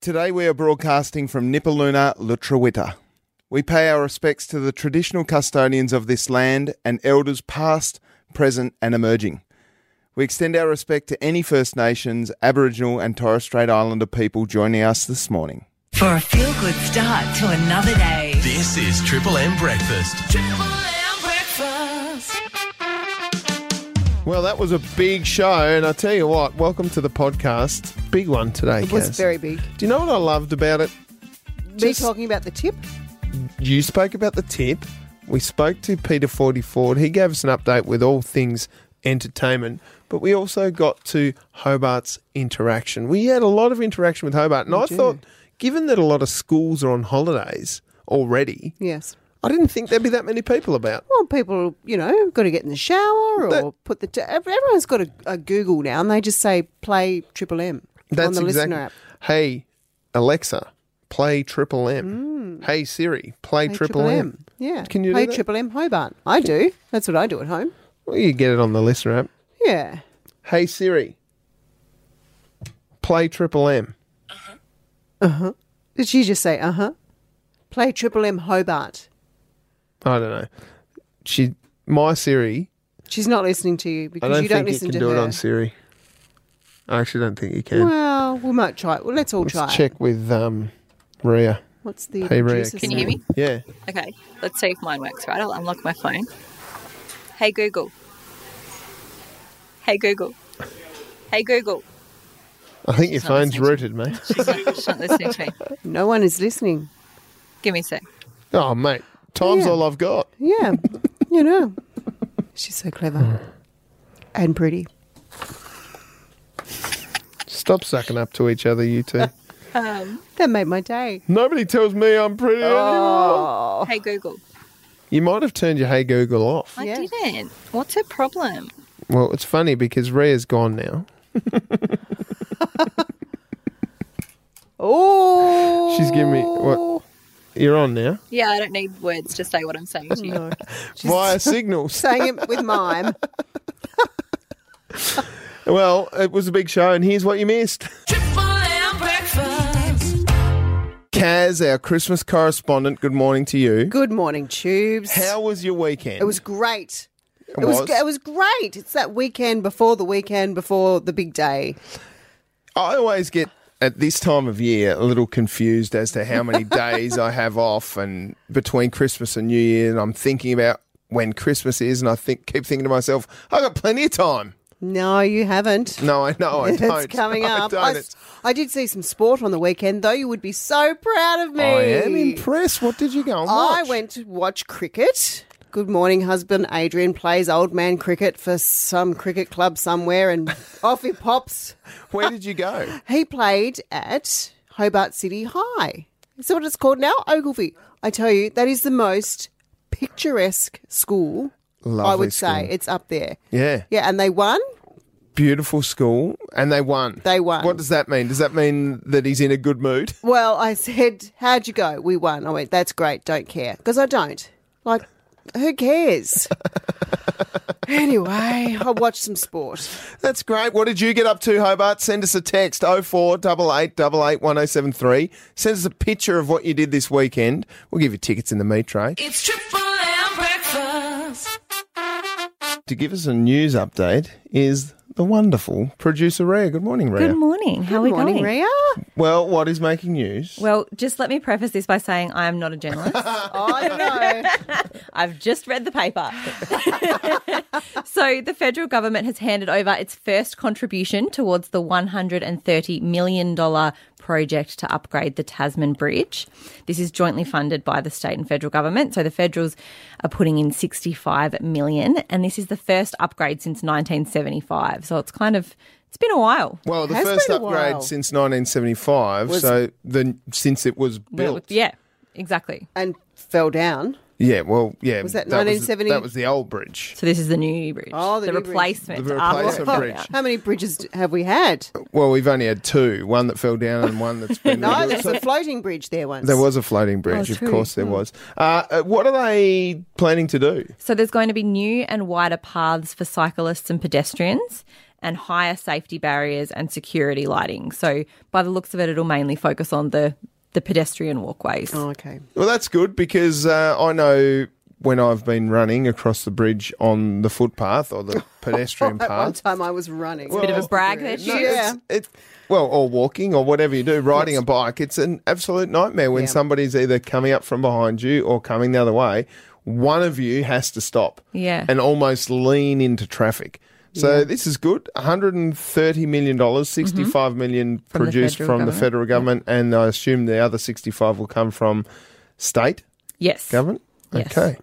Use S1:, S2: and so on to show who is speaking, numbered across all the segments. S1: Today we are broadcasting from Nipaluna, Lutrawita. We pay our respects to the traditional custodians of this land and elders past, present, and emerging. We extend our respect to any First Nations, Aboriginal, and Torres Strait Islander people joining us this morning.
S2: For a feel good start to another day.
S3: This is Triple M Breakfast.
S4: Well, that was a big show, and I tell you what, welcome to the podcast. Big one today,
S5: It was
S4: Kaz.
S5: very big.
S4: Do you know what I loved about it?
S5: Me
S4: Just-
S5: talking about the tip.
S4: You spoke about the tip. We spoke to Peter Forty Ford. He gave us an update with all things entertainment, but we also got to Hobart's interaction. We had a lot of interaction with Hobart, and I
S5: do.
S4: thought, given that a lot of schools are on holidays already,
S5: Yes.
S4: I didn't think there'd be that many people about.
S5: Well, people, you know, got to get in the shower or
S4: That-
S5: put the. T- ev- everyone's got a, a Google now, and they just say play Triple M on the
S4: exact-
S5: listener app.
S4: Hey, Alexa, play Triple M. Hey Siri, play,
S5: Mm. Play
S4: Triple M.
S5: Yeah.
S4: Can you
S5: play
S4: do that?
S5: Triple M Hobart? I do. That's what I do at home.
S4: Well, you get it on the listener app.
S5: Yeah.
S4: Hey Siri, play Triple M.
S5: Did she just say uh huh? Play Triple M Hobart.
S4: I don't know. She, my Siri.
S5: She's not listening to you
S4: I
S5: because
S4: don't
S5: you
S4: think
S5: don't
S4: you
S5: listen
S4: can
S5: to
S4: do
S5: her.
S4: it on Siri. I actually don't think you can.
S5: well, we might try it. Well, let's all
S4: Let's
S5: try. it.
S4: check with um, Ria.
S5: What's the
S4: Hey, Ria,
S5: producer's
S4: can
S6: you hear
S5: name?
S6: me?
S4: Yeah.
S6: Okay, let's see if mine works, right? I'll unlock my phone. Hey Google. Hey Google. Hey Google.
S4: I think your
S6: She's not
S4: phone's
S6: listening.
S4: rooted, mate.
S6: She's not listening to me.
S5: No one is listening.
S6: Give me a sec.
S4: oh, mate. Time's
S5: Yeah.
S4: all I've got.
S5: Yeah, you know. She's so clever and pretty.
S4: Stop sucking up to each other, you two.
S5: That made my day.
S4: Nobody tells me I'm pretty
S5: Oh,
S4: anymore.
S7: Oh.
S6: Hey Google.
S4: You might have turned your Hey Google off.
S6: I
S5: Yeah.
S6: didn't. What's her problem?
S4: Well, it's funny because Ria's gone now.
S5: Oh,
S4: She's giving me. What? You're on now.
S6: Yeah, I don't need words to say what I'm saying to you.
S5: No. She's
S4: Via signals.
S5: saying it with mime.
S4: Well, it was a big show, and here's what you missed. Kaz, our Christmas correspondent, good morning to you.
S5: Good morning, tubes.
S4: How was your weekend?
S5: It was great.
S4: It was.
S5: it was great. It's that weekend before the weekend before the big day.
S4: I always get at this time of year a little confused as to how many days I have off, and between Christmas and New Year, and I'm thinking about when Christmas is, and I think keep thinking to myself, I've got plenty of time.
S5: No, you haven't.
S4: No, I know I don't.
S5: It's coming
S4: I
S5: up.
S4: don't.
S5: I,
S4: It's-
S5: s- I did see some sport on the weekend, though. You would be so proud of me.
S4: I am impressed. What did you go and
S5: I
S4: watch?
S5: went to watch cricket. Good morning, husband. Adrian plays old man cricket for some cricket club somewhere, and off he pops.
S4: Where did you go?
S5: He played at Hobart City High. Is that what it's called now? Ogilvy. I tell you, that is the most picturesque school. I
S4: Lovely
S5: would say
S4: school.
S5: it's up there.
S4: Yeah.
S5: Yeah, and they won.
S4: Beautiful school, and they won.
S5: They won.
S4: What does that mean? Does that mean that he's in a good mood?
S5: Well, I said, "How'd you go?" We won. I went, "That's great. Don't care," because I don't like. Who cares? anyway, I watched some sport.
S4: That's great. What did you get up to, Hobart? Send us a text 0488881073. Send us a picture of what you did this weekend. We'll give you tickets in the meat tray.
S2: It's Triple M Breakfast.
S4: To give us a news update is the wonderful producer Rhea. Good morning, Rhea.
S7: Good morning. How are we
S5: Good morning,
S7: going?
S5: Ria.
S4: well, what is making news?
S7: Well, just let me preface this by saying I am not a journalist.
S5: I don't know.
S7: I've just read the paper. so, the federal government has handed over its first contribution towards the $130 million project to upgrade the Tasman Bridge. This is jointly funded by the state and federal government. So, the federals are putting in $65 million, and this is the first upgrade since 1975. So, it's kind of, it's been a while.
S4: Well, the
S5: Has
S4: first
S5: been a
S4: upgrade
S5: while.
S4: since 1975, so the since it was built.
S7: Yeah, exactly.
S5: and fell down.
S4: Yeah, well, yeah.
S5: Was that
S4: the-
S5: 1970?
S4: That was the old bridge.
S7: So this is the new bridge.
S5: Oh, the new bridge.
S7: replacement.
S4: The
S7: after
S4: replacement
S7: it.
S4: bridge.
S5: How many bridges d- have we had?
S4: Well, we've only had two. One that fell down and one that's been
S5: No,
S4: rebuilt.
S5: there was
S4: So-
S5: a floating bridge there once.
S4: There was a floating
S5: Oh,
S4: bridge, of
S7: true.
S4: course
S5: Hmm.
S4: there was. Uh, uh, what are they planning to do?
S7: So there's going to be new and wider paths for cyclists and pedestrians. and higher safety barriers and security lighting. So by the looks of it, it'll mainly focus on the the pedestrian walkways.
S5: Oh, okay.
S4: Well, that's good because uh, I know when I've been running across the bridge on the footpath or the pedestrian
S5: At one
S4: path.
S5: time I was running.
S7: Bit of a brag there,
S5: No,
S7: Stu.
S5: yeah.
S4: It, well, or walking or whatever you do, riding a bike, it's an absolute nightmare when
S5: Yeah.
S4: somebody's either coming up from behind you or coming the other way. One of you has to stop
S7: Yeah.
S4: and almost lean into traffic. So this is good. $130 million, $65 million
S7: Mm-hmm. From the
S4: produced
S7: federal
S4: from the
S7: government.
S4: federal government, and I assume the other 65 will come from state
S7: Yes.
S4: government.
S7: Yes.
S4: Okay.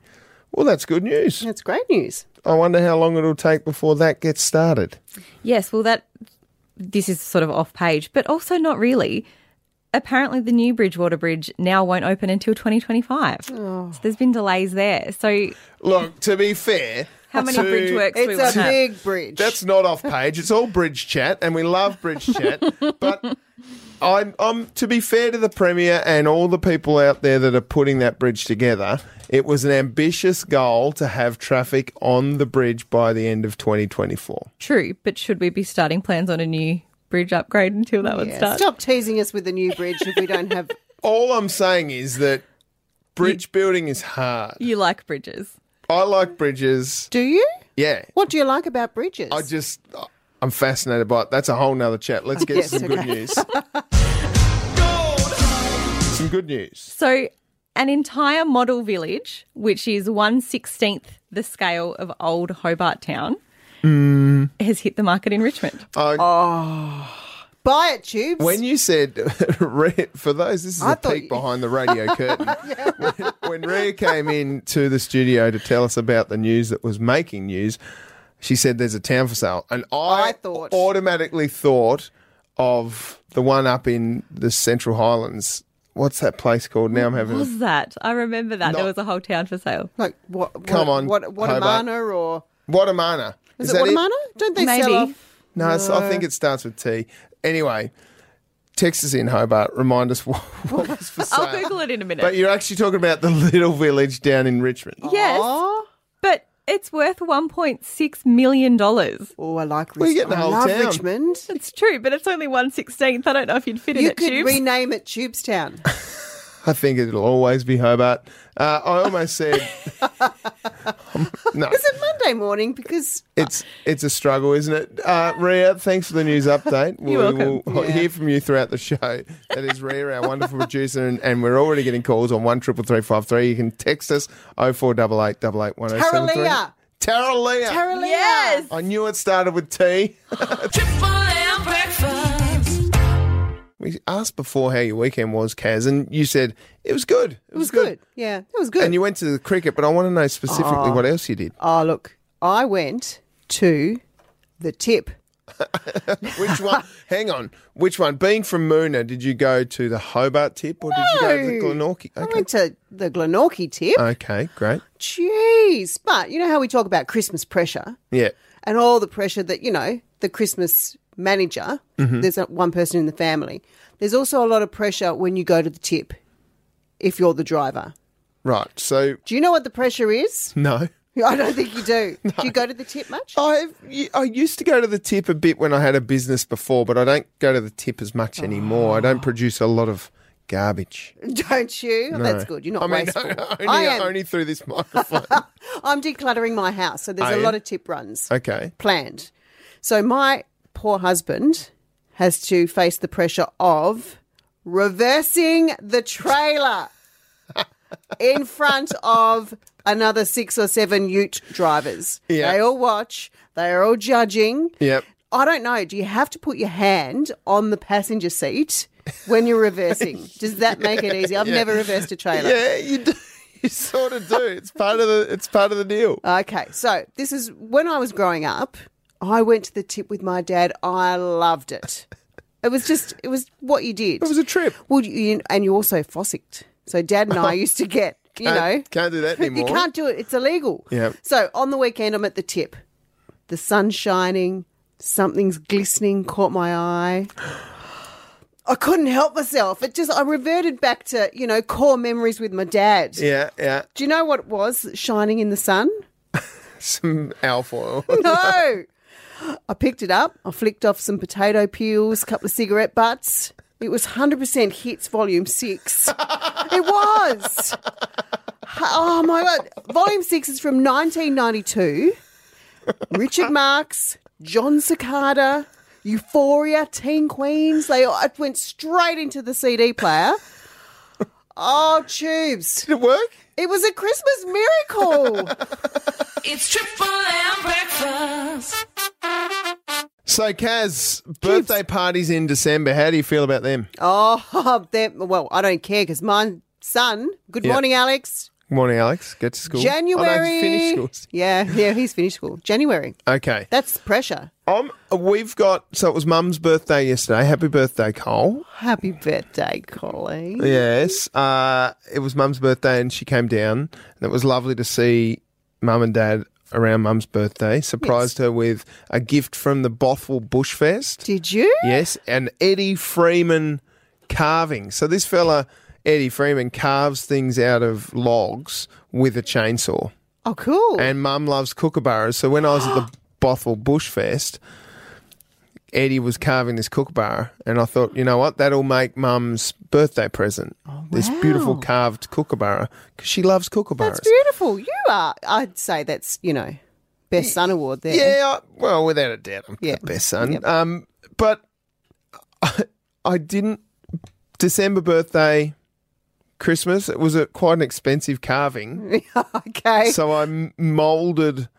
S4: Well, that's good news.
S5: That's great news.
S4: I wonder how long it'll take before that gets started.
S7: Yes, well, that this is sort of off page, but also not really. Apparently, the new Bridgewater Bridge now won't open until 2025.
S5: Oh.
S7: So there's been delays there. So,
S4: Look, to be fair,
S7: how many
S4: to-
S7: bridge works we won't
S5: It's a
S7: have?
S5: big bridge.
S4: That's not off page. It's all bridge chat, and we love bridge chat. But I'm, I'm to be fair to the premier and all the people out there that are putting that bridge together. It was an ambitious goal to have traffic on the bridge by the end of 2024.
S7: True, but should we be starting plans on a new bridge upgrade until that one
S5: Yeah,
S7: starts?
S5: Stop teasing us with the new bridge if we don't have.
S4: All I'm saying is that bridge building is hard.
S7: You like bridges.
S4: I like bridges.
S5: Do you?
S4: Yeah,
S5: What do you like about bridges?
S4: I just, I'm fascinated by it. That's a whole nother chat. Let's get
S5: Yes,
S4: some good
S5: okay.
S4: news. some good news.
S7: So, an entire model village, which is 116th the scale of old Hobart Town, has hit the market in Richmond.
S4: I,
S5: Buy it, tubes.
S4: when you said, Rhea- for those, this is a
S5: I thought
S4: peek
S5: you-
S4: behind the radio curtain. When, when Rhea came in to the studio to tell us about the news that was making news, she said there's a town for sale. And I,
S5: I thought-
S4: automatically thought of the one up in the Central Highlands. What's that place called? Now I'm having a
S7: was that? I remember that. there
S4: Not-
S7: was a whole town for sale.
S5: like what? what
S4: Come on,
S5: What? What?
S4: Hobart.
S5: Watamana or
S4: Watamana.
S5: is, it
S4: that
S5: Watamana? Don't they
S7: Maybe.
S5: sell off?
S4: No, it's, I think it starts with T. Anyway, text us in Hobart. Remind us what, what was for sale.
S7: I'll Google it in a minute.
S4: But you're actually talking about the little village down in Richmond.
S7: yes,
S5: Oh,
S7: but it's worth $1.6 million.
S5: oh, I like
S4: We're
S5: Richmond.
S4: getting the
S5: I
S4: whole
S5: love
S4: town.
S5: Richmond.
S7: It's true, but it's only 116th. I don't know if you'd fit in
S5: You
S7: it,
S5: could
S7: Tubes.
S5: rename it Tubestown.
S4: I think it'll always be Hobart. Uh, I almost said no.
S5: Is it Monday morning? Because
S4: It's it's a struggle, isn't it? Uh, Rhea, thanks for the news update. we
S7: You're
S4: will hear from you throughout the show. That is Rhea, our wonderful producer, and, and we're already getting calls on one triple three five three. You can text us oh four double eight double eight one zero seven three.
S5: Taralea.
S4: Taralea.
S5: Taralea.
S7: Yes.
S4: I knew it started with T.
S2: Triple M breakfast.
S4: We asked before how your weekend was, Kaz, and you said it was good.
S5: it was good. Yeah, it was good.
S4: And you went to the cricket, but I want to know specifically what else you did.
S5: oh, look, I went to the tip.
S4: Which one? hang on. Which one? Being from Moona, did you go to the Hobart tip or did you go to the
S5: No.
S4: Glenorchy?
S5: I
S4: Okay.
S5: went to the Glenorchy tip.
S4: Okay, great.
S5: Jeez. But you know how we talk about Christmas pressure?
S4: Yeah.
S5: and all the pressure that you know the Christmas manager.
S4: Mm-hmm.
S5: There's a, one person in the family. There's also a lot of pressure when you go to the tip, if you're the driver.
S4: Right. So,
S5: Do you know what the pressure is?
S4: no.
S5: I don't think you do. Do you go to the tip much?
S4: I I used to go to the tip a bit when I had a business before, but I don't go to the tip as much anymore. I don't produce a lot of garbage.
S5: Don't you? That's good. You're not
S4: I mean,
S5: wasteful.
S4: only,
S5: I am.
S4: only through this microphone.
S5: I'm decluttering my house, so there's
S4: Are
S5: a
S4: you?
S5: lot of tip runs
S4: okay.
S5: planned. So my poor husband has to face the pressure of reversing the trailer in front of another six or seven ute drivers.
S4: Yeah.
S5: They all watch, they are all judging.
S4: Yep.
S5: I don't know. Do you have to put your hand on the passenger seat when you're reversing? Does that make it easy? I've never reversed a trailer.
S4: Yeah, you do. You sort of do. It's part of the. It's part of the deal.
S5: Okay, so this is when I was growing up. I went to the tip with my dad. I loved it. It was just, it was what you did.
S4: It was a trip.
S5: well, you, and you also fossicked. So dad and I used to get, you
S4: Uh, Can't-
S5: know,
S4: can't do that anymore.
S5: You can't do it. It's illegal.
S4: Yep.
S5: So on the weekend, I'm at the tip. The sun's shining. Something's glistening caught my eye. I couldn't help myself. It just, I reverted back to, you know, core memories with my dad.
S4: Yeah, yeah.
S5: Do you know what it was shining in the sun?
S4: Some alfoil.
S5: No. I picked it up. I flicked off some potato peels, a couple of cigarette butts. It was 100% hits volume six. it was. Oh my God. Volume six is from 1992. Richard Marx, John Cicada, Euphoria, Teen Queens. They all, it went straight into the CD player. Oh, tubes.
S4: Did it work?
S5: It was a Christmas miracle.
S2: It's Triple M breakfast.
S4: So, Kaz, birthday parties in December. How do you feel about them?
S5: oh, they're- well, I don't care because my son, good
S4: Yeah.
S5: morning, Alex.
S4: Good morning, Alex. Get to school. Oh, no,
S5: January.
S4: finish school.
S5: Yeah, yeah, he's finished school. January.
S4: Okay.
S5: That's pressure.
S4: Um, we've got so it was Mum's birthday yesterday. Happy birthday, Cole.
S5: Happy birthday, Colleen.
S4: Yes, uh, it was Mum's birthday, and she came down, and it was lovely to see Mum and Dad around Mum's birthday. Surprised her with a gift from the Bothwell Bushfest.
S5: Did you?
S4: Yes, an Eddie Freeman carving. So this fella, Eddie Freeman, carves things out of logs with a chainsaw.
S5: Oh, cool.
S4: And mum loves kookaburras. So when I was at the Bothwell Bush Fest, Eddie was carving this kookaburra. And I thought, you know what? That'll make mum's birthday present. This beautiful
S5: Oh, wow.
S4: carved kookaburra. Because she loves kookaburras.
S5: That's beautiful. You are. I'd say that's you know, best son award there.
S4: Yeah, I- well, without a doubt, I'm
S5: Yeah.
S4: the best son.
S5: Yep.
S4: Um, but I, I didn't. December birthday, Christmas. It was a quite an expensive carving,
S5: okay. So,
S4: so I molded.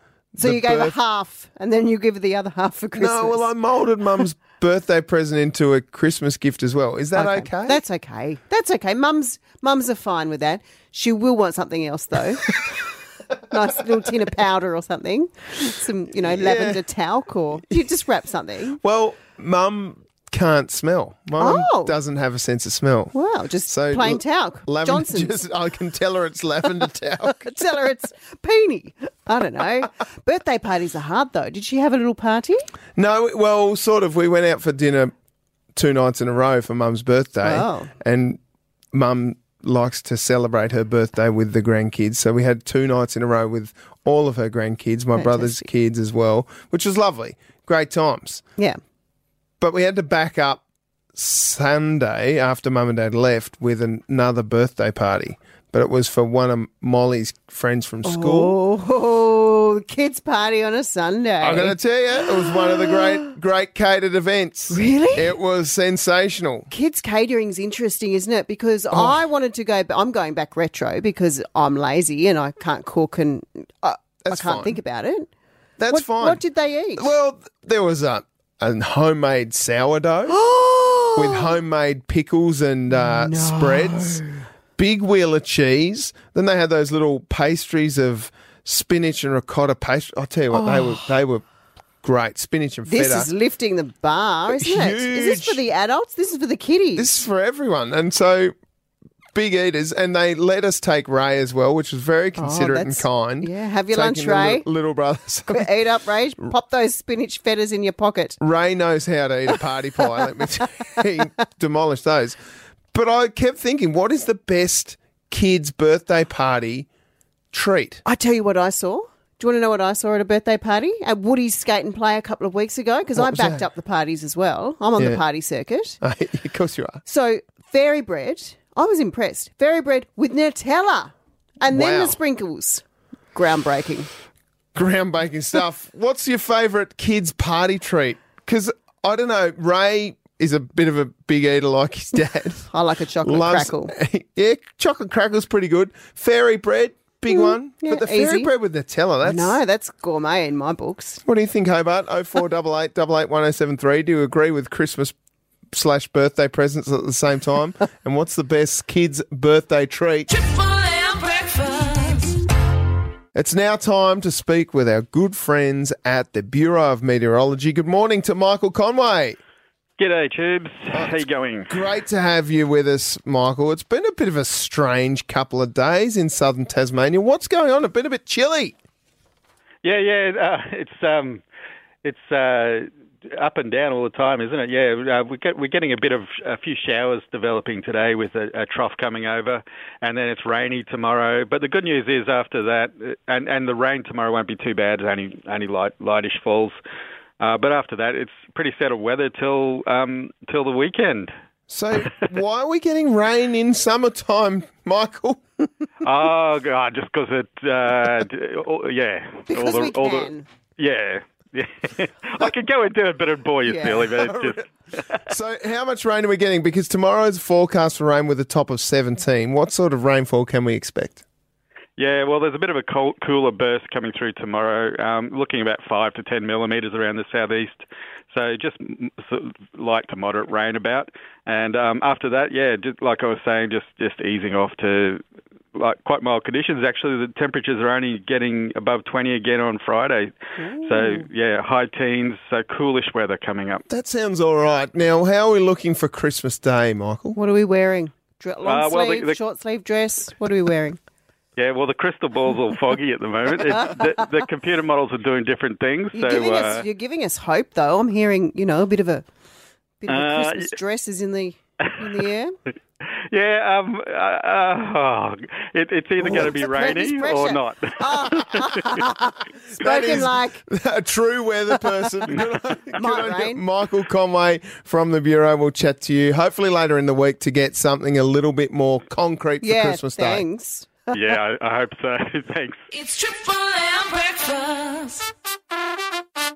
S5: Eh. you gave her half, and then you give her the other half for Christmas.
S4: No, well, I molded Mum's birthday present into a Christmas gift as well. Is that okay?
S5: That's okay. That's okay. Mums, mums are fine with that. She will want something else though. nice little tin of powder or something. Some, you know, lavender talc or you just wrap something.
S4: well, Mum can't smell. My Mum
S5: Oh.
S4: doesn't have a sense of smell.
S5: Wow, just
S4: So
S5: plain
S4: l-
S5: talc.
S4: Lavender,
S5: Johnson's.
S4: just- I can tell her it's lavender talc.
S5: Tell her it's peony. I don't know. Birthday parties are hard though. Did she have a little party?
S4: No, well, sort of. We went out for dinner two nights in a row for Mum's birthday,
S5: Wow.
S4: and Mum likes to celebrate her birthday with the grandkids. So we had two nights in a row with all of her grandkids, my brother's
S5: Fantastic.
S4: kids as well, which was lovely. Great times.
S5: Yeah.
S4: But we had to back up Sunday after Mum and Dad left with an- another birthday party. But it was for one of Molly's friends from school.
S5: Oh, kids party on a Sunday.
S4: I'm going to tell you, it was one of the great, great catered events.
S5: Really?
S4: It was sensational.
S5: Kids catering's interesting, isn't it?
S4: Oh.
S5: Because I wanted to go. I'm going back retro because I'm lazy and I can't cook and uh, I, I
S4: That's
S5: can't
S4: fine.
S5: think about it.
S4: That's
S5: what,
S4: fine.
S5: What did they eat?
S4: Well, th- there was a, a homemade sourdough with homemade pickles and uh, spreads, big wheel of cheese. Then they had those little pastries of spinach and ricotta pastry. I'll tell you what, they were they were great. Spinach and
S5: this
S4: feta.
S5: is lifting the bar, isn't it? Is this
S4: Huge.
S5: for the adults? This is for the kiddies.
S4: this is for everyone, and so. Big eaters, and they let us take Ray as well, which was very considerate and
S5: Oh, that's-
S4: kind.
S5: yeah, have your
S4: Taking
S5: lunch,
S4: the li-
S5: Ray.
S4: Little brother. So
S5: Eat up, Rage. Pop those spinach fetters in your pocket.
S4: Ray knows how to eat a party pie. Let me tell you, he demolished those. But I kept thinking, what is the best kids' birthday party treat?
S5: I tell you what I saw. Do you want to know what I saw at a birthday party at Woody's Skate and Play a couple of weeks ago? Because I
S4: was
S5: backed
S4: that?
S5: up the parties as well. I'm on the
S4: Yeah.
S5: party circuit.
S4: of course you are.
S5: So fairy bread, I was impressed. Fairy bread with Nutella, and then
S4: Wow.
S5: the sprinkles. Groundbreaking.
S4: Groundbreaking stuff. What's your favourite kids' party treat? Because I don't know, Ray is a bit of a big eater like his dad.
S5: I like a chocolate crackle.
S4: yeah, chocolate crackle's pretty good. Fairy bread, big one.
S5: Mm, yeah,
S4: but the fairy
S5: easy.
S4: bread with Nutella, that's
S5: No, that's gourmet in my books.
S4: What do you think, Hobart? Oh four double eight double eight one zero seven three. Do you agree with Christmas slash birthday presents at the same time? and what's the best kids' birthday treat?
S2: Triple M breakfast.
S4: It's now time to speak with our good friends at the Bureau of Meteorology. Good morning to Michael Conway. Oh,
S8: G'day, Tubes. How you going?
S4: Great to have you with us, Michael. It's been a bit of a strange couple of days in southern Tasmania. What's going on? It's been a bit chilly.
S8: Yeah, yeah. Uh, it's um, it's uh, up and down all the time, isn't it? Yeah, uh, we get, we're getting a bit of a few showers developing today with a, a trough coming over, and then it's rainy tomorrow. But the good news is after that, uh, and and the rain tomorrow won't be too bad. Only only light lightish falls. Uh, but after that, it's pretty settled weather till um, till the weekend.
S4: So why are we getting rain in summertime, Michael?
S8: oh God, just because it, uh, d- all- yeah,
S5: Because
S8: all the,
S5: we
S8: all the-
S5: can.
S8: yeah. Yeah. I could go and do it, but it'd bore you
S5: Yeah.
S8: silly. But it's just
S4: So how much rain are we getting? Because tomorrow's forecast for rain with a top of 17. What sort of rainfall can we expect?
S8: Yeah, well, there's a bit of a cool, cooler burst coming through tomorrow, um, looking about five to ten millimetres around the southeast. So just mm, sort of light to moderate rain about, and um, after that, yeah, just like I was saying, just just easing off to like quite mild conditions. Actually, the temperatures are only getting above 20 again on Friday. So yeah, high teens, so coolish weather coming up.
S4: That sounds all right. Now, how are we looking for Christmas Day, Michael?
S5: What are we wearing? Dr- long
S8: Uh, well, the-
S5: sleeve,
S8: the-
S5: short sleeve dress. What are we wearing?
S8: Yeah, well, the crystal ball's all foggy at the moment. It's, the, the computer models are doing different things.
S5: You're,
S8: so
S5: giving
S8: uh,
S5: us, you're giving us hope, though. I'm hearing, you know, a bit of a bit of a
S8: Uh,
S5: Christmas dress is in the in the air.
S8: Yeah, um, uh, uh, oh, it, it's either going to be
S5: It's a curtain, it's
S8: rainy
S5: pressure.
S8: or not.
S5: Spoken
S4: is-
S5: like
S4: A true weather person. Good on- good
S5: Might
S4: on you.
S5: rain.
S4: Michael Conway from the Bureau will chat to you hopefully later in the week to get something a little bit more concrete for
S5: yeah,
S4: Christmas Day.
S5: thanks.
S8: yeah, I, I hope so. Thanks.
S2: It's triple M breakfast.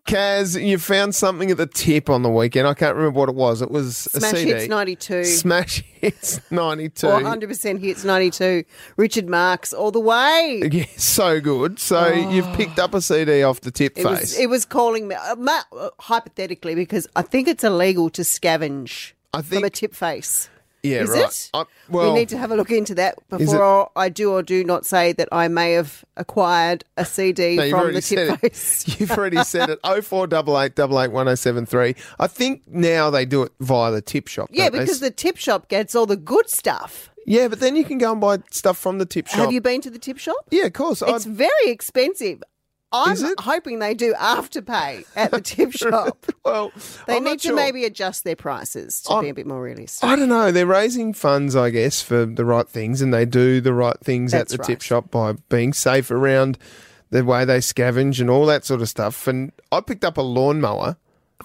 S4: Kaz, you found something at the tip on the weekend. I can't remember what it was. It was a
S5: Smash
S4: CD.
S5: hits 92.
S4: Smash Hits 92.
S5: Or 100% hits 92. Richard Marks all the way.
S4: Yeah, so good. So you've picked up a CD off the tip
S5: Oh. It
S4: face.
S5: was, it was calling me, uh, ma- uh, hypothetically, because I think it's illegal to scavenge
S4: I
S5: from a
S4: think-
S5: tip face.
S4: yeah,
S5: is
S4: right.
S5: it?
S4: I- well,
S5: we need to have a look into that
S4: Is it-
S5: before I do or do not say that I may have acquired a CD
S4: No, you've
S5: from
S4: already
S5: the
S4: said
S5: tip
S4: it.
S5: face.
S4: You've already said it. Oh four double eight double eight one oh seven three. I think now they do it via the tip shop.
S5: Yeah,
S4: don't they?
S5: because the tip shop gets all the good stuff.
S4: yeah, but then you can go and buy stuff from the tip shop.
S5: Have you been to the tip shop?
S4: yeah, of course. I-
S5: It's very expensive. I'm
S4: Is it?
S5: hoping they do afterpay at the tip shop.
S4: well,
S5: They
S4: I'm not
S5: need to
S4: sure.
S5: maybe adjust their prices to
S4: I'm-
S5: be a bit more realistic.
S4: I don't know. They're raising funds, I guess, for the right things, and they do the right things
S5: That's
S4: at the
S5: right.
S4: tip shop by being safe around the way they scavenge and all that sort of stuff. And I picked up a lawnmower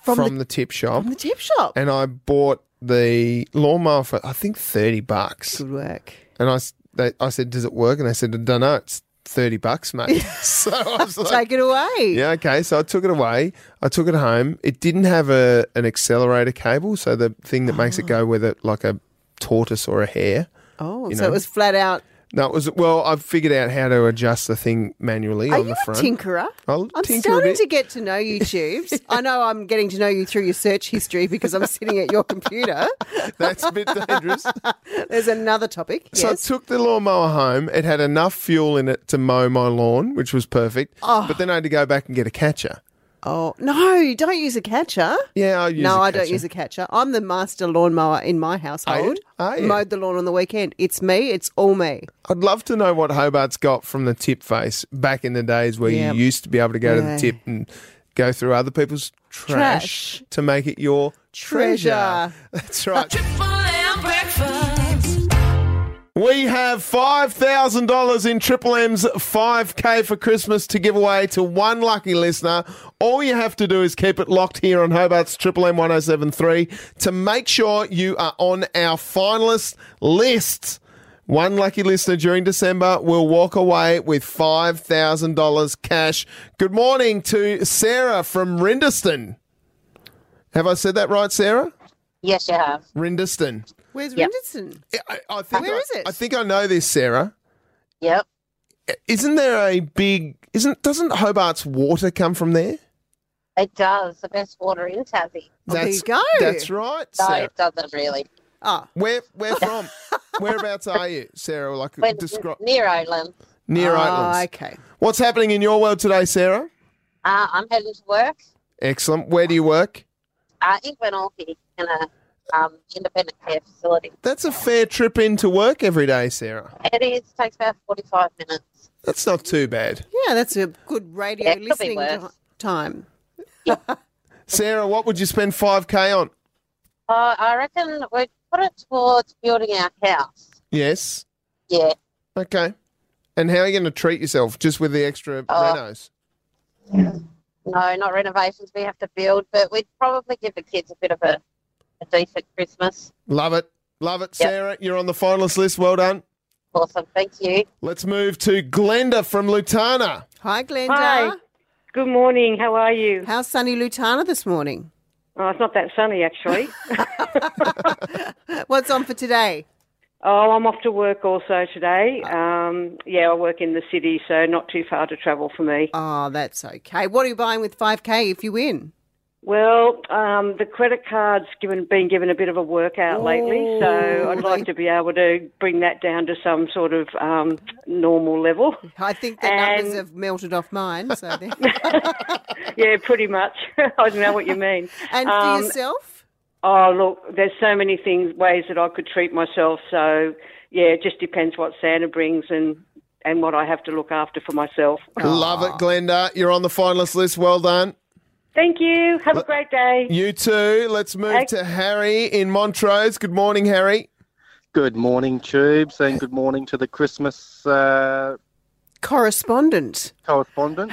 S4: from, the, tip shop,
S5: From the tip shop.
S4: and I bought the lawnmower for I think thirty bucks.
S5: Good work.
S4: And I, s- they, I said, does it work? And they said, I don't know. It's 30 bucks, mate. so I was like,
S5: Take it away.
S4: yeah, okay. So I took it away. I took it home. It didn't have a an accelerator cable. So the thing that makes it go with it, like a tortoise or a hare.
S5: Oh,
S4: You
S5: so
S4: know.
S5: it was flat out.
S4: No, it was, well, I've figured out how to adjust the thing manually
S5: Are
S4: on
S5: you
S4: the
S5: a
S4: front.
S5: tinkerer?
S4: I'll
S5: I'm
S4: tinker a
S5: starting
S4: bit.
S5: to get to know you, Tubes. I know I'm getting to know you through your search history because I'm sitting at your computer.
S4: That's a bit dangerous.
S5: There's another topic.
S4: So I
S5: Yes.
S4: took the lawnmower home. It had enough fuel in it to mow my lawn, which was perfect.
S5: Oh.
S4: But then I had to go back and get a catcher.
S5: oh, no, you don't use a catcher.
S4: Yeah, I use
S5: no,
S4: I
S5: I don't use a catcher. I'm the master lawnmower in my household.
S4: Are you?
S5: Mowed the lawn on the weekend. It's me. It's all me.
S4: I'd love to know what Hobart's got from the tip face back in the days where
S5: Yeah.
S4: you used to be able to go to
S5: Yeah.
S4: the tip and go through other people's trash,
S5: Trash.
S4: to make it your treasure.
S5: Treasure.
S4: That's right.
S2: Triple M breakfast.
S4: we have $5,000 in Triple M's 5K for Christmas to give away to one lucky listener. All you have to do is keep it locked here on Hobart's Triple M 1073 to make sure you are on our finalist list. One lucky listener during December will walk away with $5,000 cash. Good morning to Sarah from Rindiston. Have I said that right, Sarah?
S9: Yes, you have.
S4: Rindiston.
S5: Where's Richardson?
S4: I, I think
S5: Where
S4: I,
S5: is it?
S4: I think I know this, Sarah.
S9: Yep.
S4: Isn't there a big? Isn't doesn't Hobart's water come from there?
S9: It does. The best water is happy.
S5: Oh, there
S4: That's,
S5: you go.
S4: That's right,
S9: No,
S4: Sarah.
S9: it doesn't really.
S5: Oh,
S4: Where where from? Whereabouts are you, Sarah? Like
S9: But
S4: describe
S9: near Oakland,
S4: near
S5: oh,
S4: Oaklands.
S5: okay.
S4: What's happening in your world today, Sarah?
S9: uh, I'm heading to work
S4: Excellent. Where do you work?
S9: uh, in Glenorchy in a um, independent care facility.
S4: That's a fair trip into work every day, Sarah.
S9: It is takes about 45 minutes.
S4: That's not too bad.
S5: Yeah, that's a good radio
S9: Yeah, it could be
S5: listening
S9: worse.
S5: ti- time.
S4: Sarah, what would you spend 5k on?
S9: Uh, I reckon we put it towards building our house.
S4: Yes.
S9: Yeah.
S4: Okay. And how are you going to treat yourself just with the extra
S9: Oh.
S4: renos?
S9: No, not renovations. We have to build, but we'd probably give the kids a bit of a, a decent Christmas.
S4: Love it. Love it, Sarah. You're on the finalist list. Well done.
S9: Awesome. Thank you.
S4: Let's move to Glenda from Lutana.
S5: Hi, Glenda.
S10: Hi. Good morning. How are you?
S5: How's sunny Lutana this morning?
S10: Oh, it's not that sunny actually.
S5: What's on for today?
S10: oh, I'm off to work also today. Um, yeah, I work in the city, so not too far to travel for me.
S5: Oh, that's okay. What are you buying with 5K if you win?
S10: Well, um, the credit card's given been given a bit of a workout lately, so I'd like to be able to bring that down to some sort of um, normal level.
S5: I think the numbers
S10: And-
S5: have melted off mine. So there-
S10: yeah, pretty much. I know what you mean.
S5: and for
S10: Um,
S5: yourself?
S10: Oh, look, there's so many things, ways that I could treat myself. So, yeah, it just depends what Santa brings and, and what I have to look after for myself.
S4: Love it, Glenda. You're on the finalist list. Well done.
S10: Thank you. Have a great day.
S4: You too. Let's move
S10: Okay.
S4: to Harry in Montrose. Good morning, Harry.
S11: Good morning, Tubes, and good morning to the Christmas uh,
S5: Correspondent.
S11: correspondent.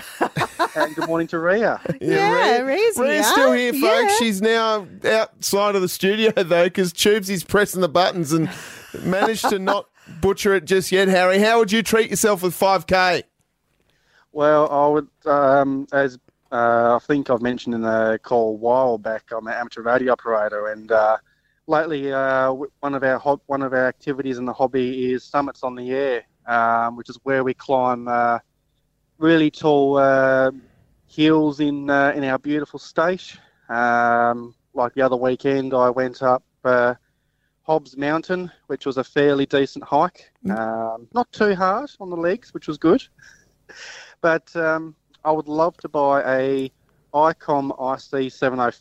S11: and good morning to Ria.
S5: Yeah, Ree's
S4: Rhea's
S5: here.
S4: still here, folks.
S5: Yeah.
S4: She's now outside of the studio, though, because Tubesy's pressing the buttons and managed to not butcher it just yet, Harry. How would you treat yourself with 5K?
S11: Well, I would, um, as uh, I think I've mentioned in the call a while back, I'm an amateur radio operator, and uh, lately uh, w- one of our hob- one of our activities in the hobby is summits on the air, um, which is where we climb uh, really tall uh, hills in uh, in our beautiful state. Um, like the other weekend, I went up. Uh, Hobbs Mountain, which was a fairly decent hike, um, not too hard on the legs, which was good but um, I would love to buy a Icom IC705,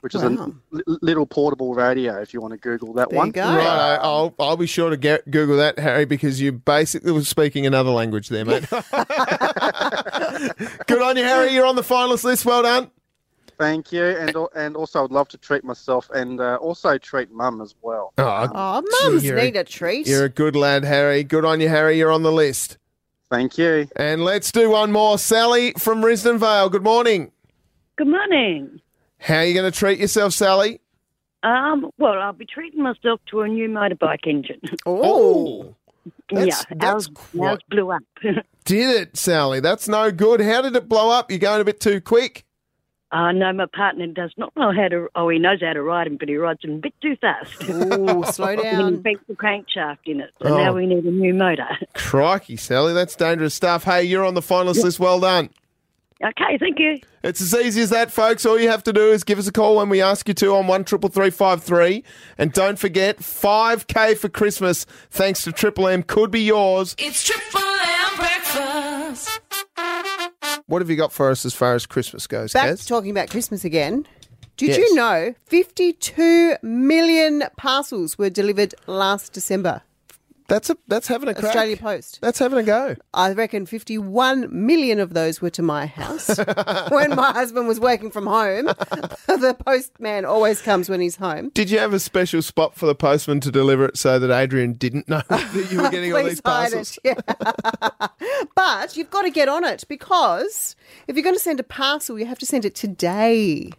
S11: which is a
S5: Wow.
S11: li- little portable radio. If you want to Google that
S5: There
S11: one,
S5: you go.
S4: Right, I'll I'll be sure to get, Google that, Harry, because you basically were speaking another language there, mate. Good on you, Harry. You're on the finalist list. Well done.
S11: thank you. And al- and also, I'd love to treat myself and uh, also treat Mum as well.
S4: Oh,
S5: Oh, mums
S4: You're-
S5: need a treat.
S4: you're a good lad, Harry. Good on you, Harry. You're on the list.
S11: Thank you.
S4: And let's do one more. Sally from Risdon Vale. Good morning.
S12: Good morning.
S4: How are you going to treat yourself, Sally?
S12: Um, well, I'll be treating myself to a new motorbike engine.
S5: Oh,
S4: That's-
S12: yeah,
S4: that's
S12: ours, ours
S4: quite-
S12: blew up.
S4: Did it, Sally? That's no good. How did it blow up? You're going a bit too quick.
S12: uh, no, my partner does not know how to. Oh, he knows how to ride them, but he rides them a bit too fast.
S5: Ooh, slow
S12: And he
S5: down.
S12: beat the crankshaft in it, so
S4: Oh.
S12: now we need a new motor.
S4: Crikey, Sally, that's dangerous stuff. Hey, you're on the finalist list. Well done.
S12: Okay, thank you.
S4: It's as easy as that, folks. All you have to do is give us a call when we ask you to on one triple three five three, and don't forget five k for Christmas. Thanks to Triple M, could be yours.
S2: It's triple M breakfast.
S4: What have you got for us as far as Christmas goes,
S5: Back
S4: Kaz?
S5: to talking about Christmas again. Did
S4: Yes.
S5: you know 52 million parcels were delivered last December?
S4: that's a that's having a crack.
S5: Australia Post.
S4: That's having a go.
S5: I reckon 51 million of those were to my house. when my husband was working from home, the postman always comes when he's home.
S4: Did you have a special spot for the postman to deliver it so that Adrian didn't know that you were getting all
S5: Please
S4: these
S5: hide
S4: parcels?
S5: it. Yeah. but you've got to get on it because if you're going to send a parcel, you have to send it today.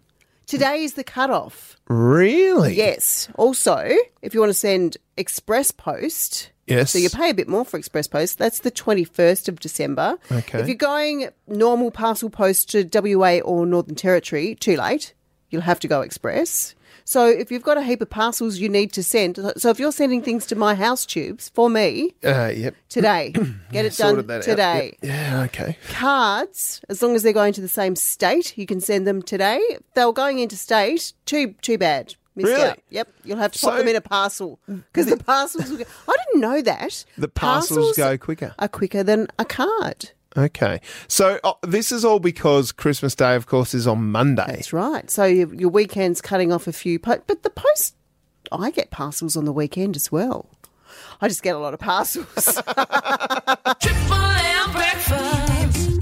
S5: Today is the cutoff.
S4: Really?
S5: Yes. Also, if you want to send express post,
S4: Yes.
S5: so you pay a bit more for express post. That's the 21st of December.
S4: Okay.
S5: If you're going normal parcel post to WA or Northern Territory, too late. You'll have to go express. So if you've got a heap of parcels you need to send, so if you're sending things to my house tubes for me
S4: Uh, yep.
S5: today, get it
S4: Sorted
S5: done
S4: that
S5: today
S4: out. Yep. Yeah. Okay.
S5: cards, as long as they're going to the same state, you can send them today. If they're going interstate, too too bad. Missed
S4: Really?
S5: out. Yep. You'll have to pop
S4: So-
S5: them in a parcel because the parcels. Will go- I didn't know that.
S4: The parcels go quicker.
S5: Are quicker than a card.
S4: Okay. So uh, this is all because Christmas Day, of course, is on Monday.
S5: That's right. So your, your weekend's cutting off a few, po- but the post. I get parcels on the weekend as well. I just get a lot of parcels.
S2: Triple M breakfast.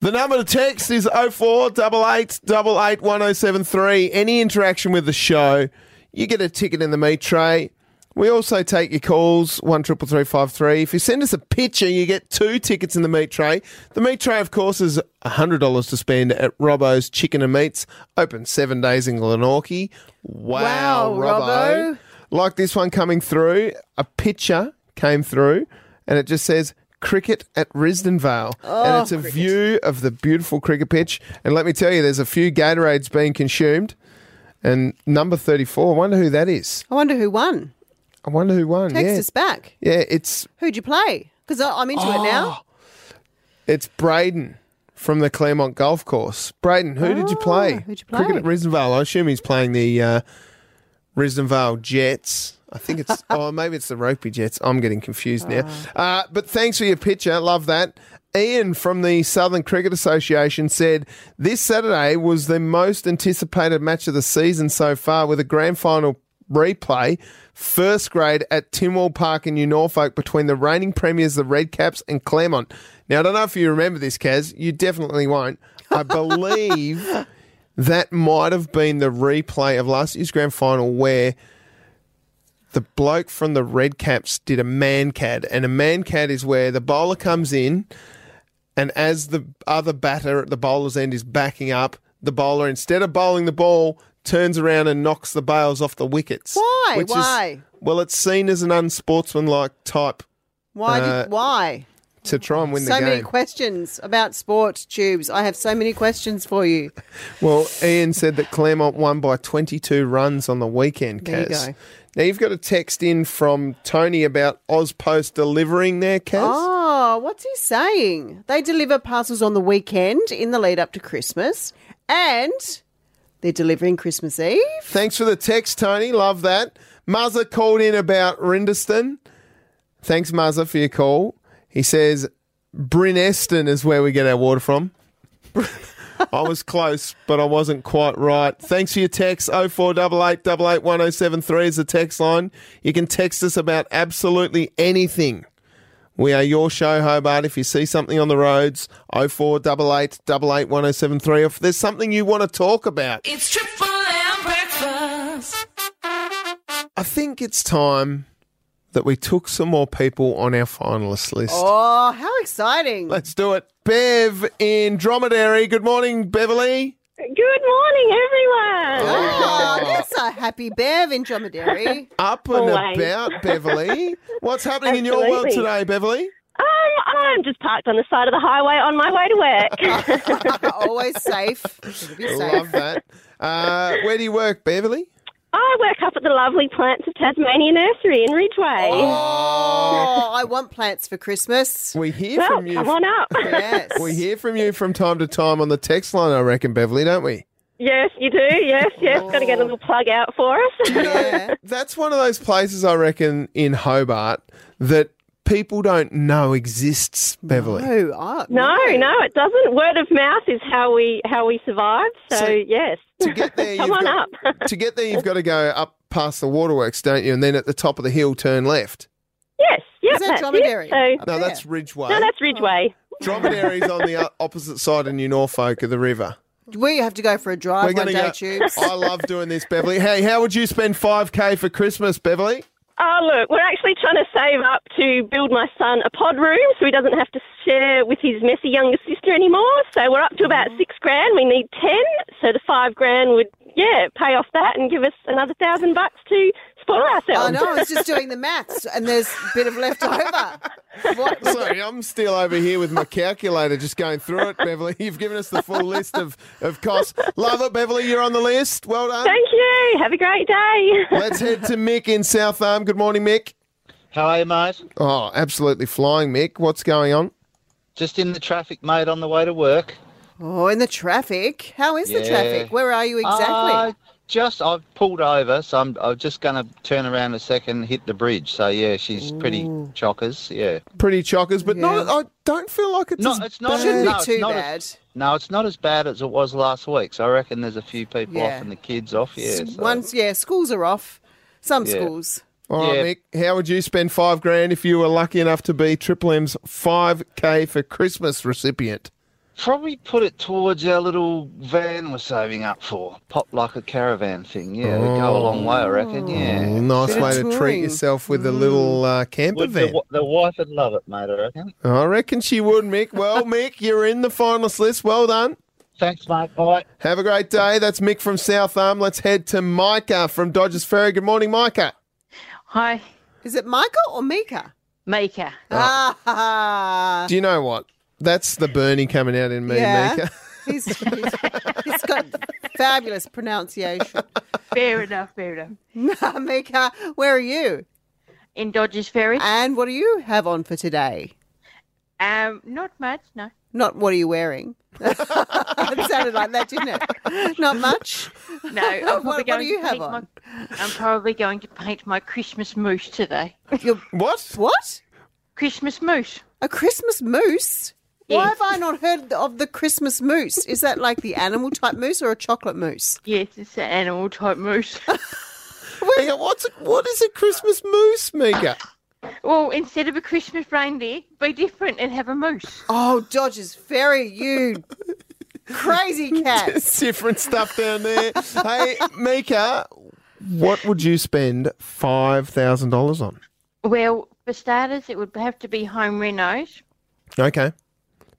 S4: The number to text is 0488881073. Any interaction with the show, you get a ticket in the meat tray. We also take your calls, one triple three five three. If you send us a picture, you get two tickets in the meat tray. The meat tray, of course, is hundred dollars to spend at Robbo's Chicken and Meats, open seven days in Glenorchy. Wow,
S5: Wow,
S4: Robbo.
S5: Robbo.
S4: Like this one coming through, a picture came through, and it just says cricket at Risdon Vale. and
S5: Oh,
S4: it's a view of the beautiful cricket pitch. And let me tell you, there's a few Gatorades being consumed. And number 34, I wonder who that is.
S5: I wonder who won.
S4: I wonder who won.
S5: Text
S4: yeah.
S5: us back.
S4: Yeah, it's
S5: Who'd you play? Because I'm into
S4: Oh.
S5: it now.
S4: it's Braden from the Claremont Golf Course. Braden, who did you play?
S5: Oh, who'd you
S4: Cricket at Risdonvale. I assume he's playing the uh, Risdonvale Jets. I think it's, oh, maybe it's the Rugby Jets. I'm getting confused now. Uh, but thanks for your picture. Love that. Ian from the Southern Cricket Association said this Saturday was the most anticipated match of the season so far with a grand final replay first grade at Timwell Park in New Norfolk between the reigning premiers, the Red Caps, and Claremont. Now, I don't know if you remember this, Kaz. You definitely won't. I believe that might have been the replay of last year's grand final where the bloke from the Red Caps did a man cad, and a man cad is where the bowler comes in, and as the other batter at the bowler's end is backing up, the bowler instead of bowling the ball turns around and knocks the bails off the wickets.
S5: Why?
S4: which is-
S5: Why?
S4: well, it's seen as an unsportsmanlike type
S5: Why?
S4: Uh,
S5: did, why?
S4: to try and win
S5: So
S4: the
S5: many
S4: game.
S5: questions about sport tubes. I have so many questions for you.
S4: Well, Ian said that Claremont won by 22 runs on the weekend,
S5: There you
S4: Kaz.
S5: go.
S4: Now, you've got a text in from Tony about Ozpost delivering there, Kaz.
S5: Oh, what's he saying? They deliver parcels on the weekend in the lead up to Christmas, and they're delivering Christmas Eve.
S4: Thanks for the text, Tony. Love that. Mazza called in about Rindiston. Thanks, Mazza, for your call. He says Brineston is where we get our water from. I was close, but I wasn't quite right. Thanks for your text. 0488881073 is the text line. You can text us about absolutely anything. We are your show, Hobart. If you see something on the roads, 0488881073. If there's something you want to talk about,
S2: It's Triple M breakfast.
S4: I think it's time that we took some more people on our finalist list.
S5: Oh, how exciting!
S4: Let's do it. Bev in Dromedary. Good morning, Beverly.
S13: Good morning, everyone.
S5: Oh, there's a happy bear in Dromedary.
S4: Up and
S13: Always.
S4: about, Beverly. What's happening in your world
S13: Absolutely.
S4: today, Beverly?
S13: Um, I'm just parked on the side of the highway on my way to work.
S5: Always safe. Gotta be safe.
S4: Love that. Uh, where do you work, Beverly?
S13: I work up at the lovely Plants of Tasmania Nursery in Ridgeway.
S5: Oh, I want plants for Christmas.
S4: We hear
S13: Well,
S4: from you.
S13: come on up.
S5: Yes.
S4: We hear from you from time to time on the text line, I reckon, Beverly, don't we?
S13: Yes, you do. Yes, yes. Got to get a little plug out for us.
S4: That's one of those places I reckon in Hobart that people don't know exists, Beverly.
S5: No, I,
S13: no, no, it doesn't. Word of mouth is how we how we survive. So,
S4: So,
S13: yes,
S4: to get there,
S13: come
S4: you've
S13: on
S4: got-
S13: up.
S4: to get there, you've got to go up past the waterworks, don't you? And then at the top of the hill, turn left.
S13: yes, yes.
S5: that
S13: that's
S5: Dromedary? Oh,
S13: It. So,
S4: no, that's Ridgeway.
S13: no, that's Ridgeway.
S4: Dromedary's on the o- opposite side of New Norfolk of the river.
S5: We have to go for a drive one
S4: gonna
S5: day, Tubes.
S4: I love doing this, Beverly. Hey, how would you spend 5K for Christmas, Beverly?
S13: Oh, look, we're actually trying to save up to build my son a pod room so he doesn't have to share with his messy younger sister anymore. So we're up to
S5: Mm-hmm.
S13: about six grand. We need ten. So the five grand would, yeah, pay off that and give us another thousand bucks to spoil ourselves.
S5: I know, I was just doing the maths and there's a bit of left over. What?
S4: Sorry, I'm still over here with my calculator just going through it, Beverly. You've given us the full list of, of costs. Love it, Beverly. You're on the list. Well done.
S13: Thank you. Have a great day.
S4: Let's head to Mick in South Arm. Good morning, Mick.
S14: How are you, mate?
S4: Oh, absolutely flying, Mick. What's going on?
S14: Just in the traffic, mate, on the way to work.
S5: Oh, in the traffic. How is the
S14: Yeah.
S5: traffic? Where are you
S14: Uh,
S5: exactly?
S14: just, I've pulled over, so I'm, I'm just going to turn around a second, hit the bridge. So, yeah, she's pretty chockers, yeah.
S4: Pretty chockers, but not. I don't feel like it's
S14: No,
S4: as
S14: it's not-
S4: bad.
S5: Shouldn't
S14: no,
S5: be
S14: it's
S5: too
S14: not
S5: bad.
S14: as- No, it's not as bad as it was last week, so I reckon there's a few people
S5: Yeah.
S14: off and the kids off, yeah.
S5: S-
S14: So.
S5: Once, yeah, schools are off. Some
S14: Yeah.
S5: schools.
S4: All right, Mick. How would you spend five grand if you were lucky enough to be Triple M's 5K for Christmas recipient?
S14: probably put it towards our little van we're saving up for. Pop like a caravan thing. Yeah, they go a long way, I reckon. Yeah.
S5: Oh.
S4: Mm, nice way to treat yourself with a little uh, camper
S14: Would
S4: van.
S14: The, the wife would love it, mate, I reckon.
S4: I reckon she would, Mick. Well, Mick, you're in the finalist list. Well done.
S14: Thanks, mate. Bye.
S4: Have a great day. That's Mick from South Arm. Let's head to Micah from Dodgers Ferry. Good morning, Micah.
S5: Hi. Is it Michael or Mika? Mika. Ah.
S4: Do you know what? That's the Bernie coming out in me,
S5: Yeah.
S4: Mika.
S5: He's, he's, he's got fabulous pronunciation.
S15: Fair enough, fair enough.
S5: Mika, where are you?
S15: In Dodgers Ferry.
S5: And what do you have on for today?
S15: Um, not much, no.
S5: Not what are you wearing? it sounded like that, didn't it? Not much.
S15: No. I'm probably
S5: what
S15: going
S5: do you
S15: to
S5: have
S15: paint
S5: on?
S15: My, I'm probably going to paint my Christmas moose today.
S4: what?
S5: What?
S15: Christmas moose.
S5: A Christmas moose? Why have I not heard of the Christmas moose? Is that like the animal type moose or a chocolate moose?
S15: Yes, it's an animal type moose.
S4: Hang on, what's a, what is a Christmas moose, Mika?
S15: Well, instead of a Christmas reindeer, be different and have a moose.
S5: Oh, Dodgers Ferry, you crazy cat.
S4: Different stuff down there. hey, Mika, what would you spend $5,000 on?
S15: Well, for starters, it would have to be home renos.
S4: Okay.